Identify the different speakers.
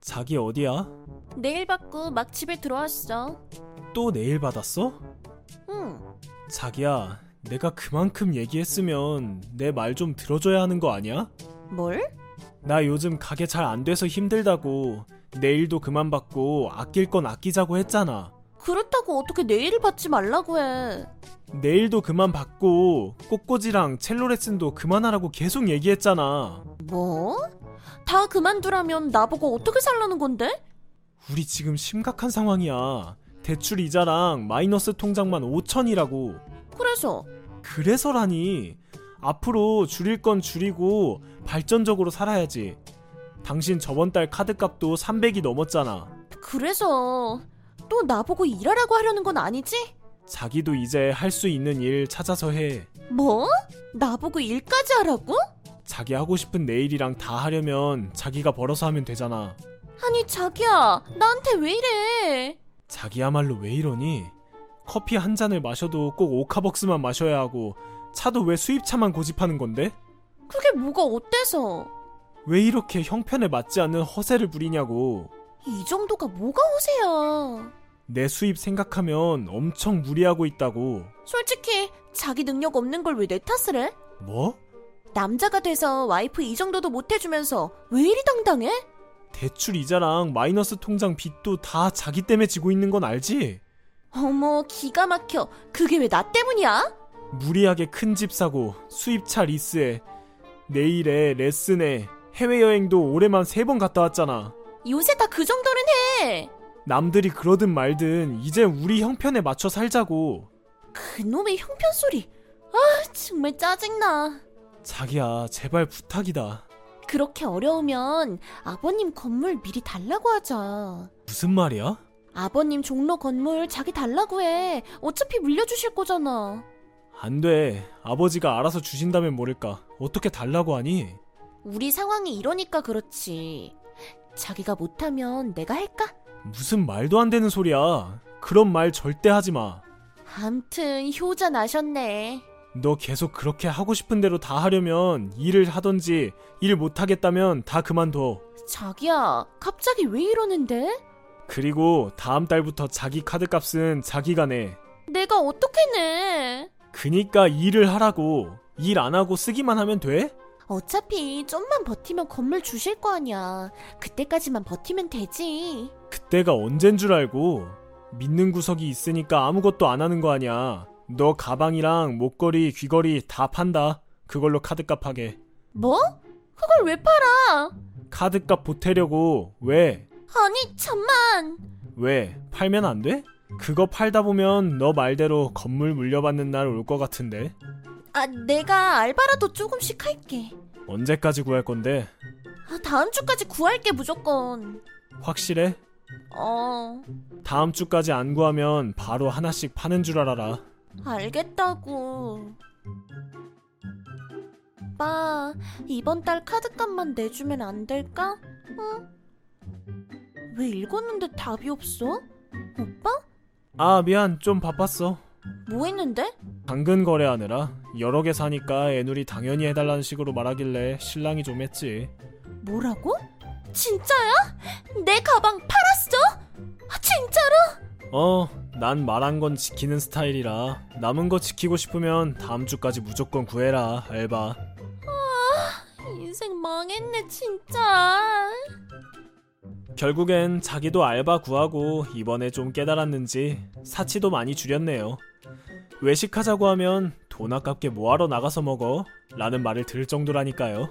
Speaker 1: 자기 어디야?
Speaker 2: 내일 받고 막 집에 들어왔어.
Speaker 1: 또 내일 받았어?
Speaker 2: 응.
Speaker 1: 자기야, 내가 그만큼 얘기했으면 내 말 좀 들어줘야 하는 거 아니야?
Speaker 2: 뭘?
Speaker 1: 나 요즘 가게 잘 안 돼서 힘들다고 내일도 그만 받고 아낄 건 아끼자고 했잖아.
Speaker 2: 그렇다고 어떻게 내일을 받지 말라고 해.
Speaker 1: 내일도 그만 받고 꽃꽂이랑 첼로 레슨도 그만하라고 계속 얘기했잖아.
Speaker 2: 뭐? 다 그만두라면 나보고 어떻게 살라는 건데?
Speaker 1: 우리 지금 심각한 상황이야. 대출 이자랑 마이너스 통장만 5천이라고.
Speaker 2: 그래서
Speaker 1: 그래서라니. 앞으로 줄일 건 줄이고 발전적으로 살아야지. 당신 저번 달 카드값도 300이 넘었잖아.
Speaker 2: 그래서 또 나보고 일하라고 하려는 건 아니지?
Speaker 1: 자기도 이제 할 수 있는 일 찾아서 해.
Speaker 2: 뭐? 나보고 일까지 하라고?
Speaker 1: 자기 하고 싶은 내일이랑 다 하려면 자기가 벌어서 하면 되잖아.
Speaker 2: 아니 자기야 나한테 왜 이래?
Speaker 1: 자기야말로 왜 이러니? 커피 한 잔을 마셔도 꼭 오카벅스만 마셔야 하고 차도 왜 수입차만 고집하는 건데?
Speaker 2: 그게 뭐가 어때서?
Speaker 1: 왜 이렇게 형편에 맞지 않는 허세를 부리냐고.
Speaker 2: 이 정도가 뭐가 오세요?
Speaker 1: 내 수입 생각하면 엄청 무리하고 있다고.
Speaker 2: 솔직히 자기 능력 없는 걸 왜 내 탓을 해?
Speaker 1: 뭐?
Speaker 2: 남자가 돼서 와이프 이 정도도 못 해주면서 왜 이리 당당해?
Speaker 1: 대출 이자랑 마이너스 통장 빚도 다 자기 때문에 지고 있는 건 알지?
Speaker 2: 어머 기가 막혀 그게 왜 나 때문이야?
Speaker 1: 무리하게 큰 집 사고, 수입차 리스에, 내일에 레슨에, 해외여행도 올해만 세 번 갔다 왔잖아.
Speaker 2: 요새 다 그 정도는 해
Speaker 1: 남들이 그러든 말든 이제 우리 형편에 맞춰 살자고.
Speaker 2: 그놈의 형편 소리 아 정말 짜증나
Speaker 1: 자기야, 제발 부탁이다.
Speaker 2: 그렇게 어려우면 아버님 건물 미리 달라고 하자
Speaker 1: 무슨 말이야?
Speaker 2: 아버님 종로 건물 자기 달라고 해 어차피 물려주실 거잖아
Speaker 1: 안 돼. 아버지가 알아서 주신다면 모를까. 어떻게 달라고 하니?
Speaker 2: 우리 상황이 이러니까 그렇지 자기가 못하면 내가 할까?
Speaker 1: 무슨 말도 안 되는 소리야. 그런 말 절대 하지 마.
Speaker 2: 암튼 효자 나셨네
Speaker 1: 너 계속 그렇게 하고 싶은 대로 다 하려면 일을 하던지 일 못하겠다면 다 그만둬.
Speaker 2: 자기야, 갑자기 왜 이러는데?
Speaker 1: 그리고 다음 달부터 자기 카드값은 자기가 내.
Speaker 2: 내가 어떻게 내?
Speaker 1: 그니까 일을 하라고. 일 안 하고 쓰기만 하면 돼?
Speaker 2: 어차피 좀만 버티면 건물 주실 거 아니야. 그때까지만 버티면 되지.
Speaker 1: 그때가 언젠 줄 알고. 믿는 구석이 있으니까 아무것도 안 하는 거 아니야. 너 가방이랑 목걸이, 귀걸이 다 판다. 그걸로 카드값 하게.
Speaker 2: 뭐? 그걸 왜 팔아?
Speaker 1: 카드값 보태려고. 왜?
Speaker 2: 아니, 잠만.
Speaker 1: 왜? 팔면 안 돼? 그거 팔다 보면 너 말대로 건물 물려받는 날 올 것 같은데.
Speaker 2: 아, 내가 알바라도 조금씩 할게.
Speaker 1: 언제까지 구할 건데?
Speaker 2: 아, 다음 주까지 구할게, 무조건.
Speaker 1: 확실해?
Speaker 2: 어,
Speaker 1: 다음 주까지 안 구하면 바로 하나씩 파는 줄 알아라.
Speaker 2: 알겠다고. 오빠, 이번 달 카드값만 내주면 안 될까? 응? 왜 읽었는데 답이 없어? 오빠?
Speaker 1: 아, 미안. 좀 바빴어.
Speaker 2: 뭐 했는데?
Speaker 1: 당근 거래하느라 여러 개 사니까 애누리 당연히 해달라는 식으로 말하길래 신랑이 좀 했지.
Speaker 2: 뭐라고? 진짜야? 내 가방 팔았어? 아, 진짜로?
Speaker 1: 어, 난 말한 건 지키는 스타일이라 남은 거 지키고 싶으면 다음 주까지 무조건 구해라, 알바.
Speaker 2: 인생 망했네, 진짜.
Speaker 1: 결국엔 자기도 알바 구하고 이번에 좀 깨달았는지 사치도 많이 줄였네요. 외식하자고 하면 돈 아깝게 뭐하러 나가서 먹어? 라는 말을 들을 정도라니까요.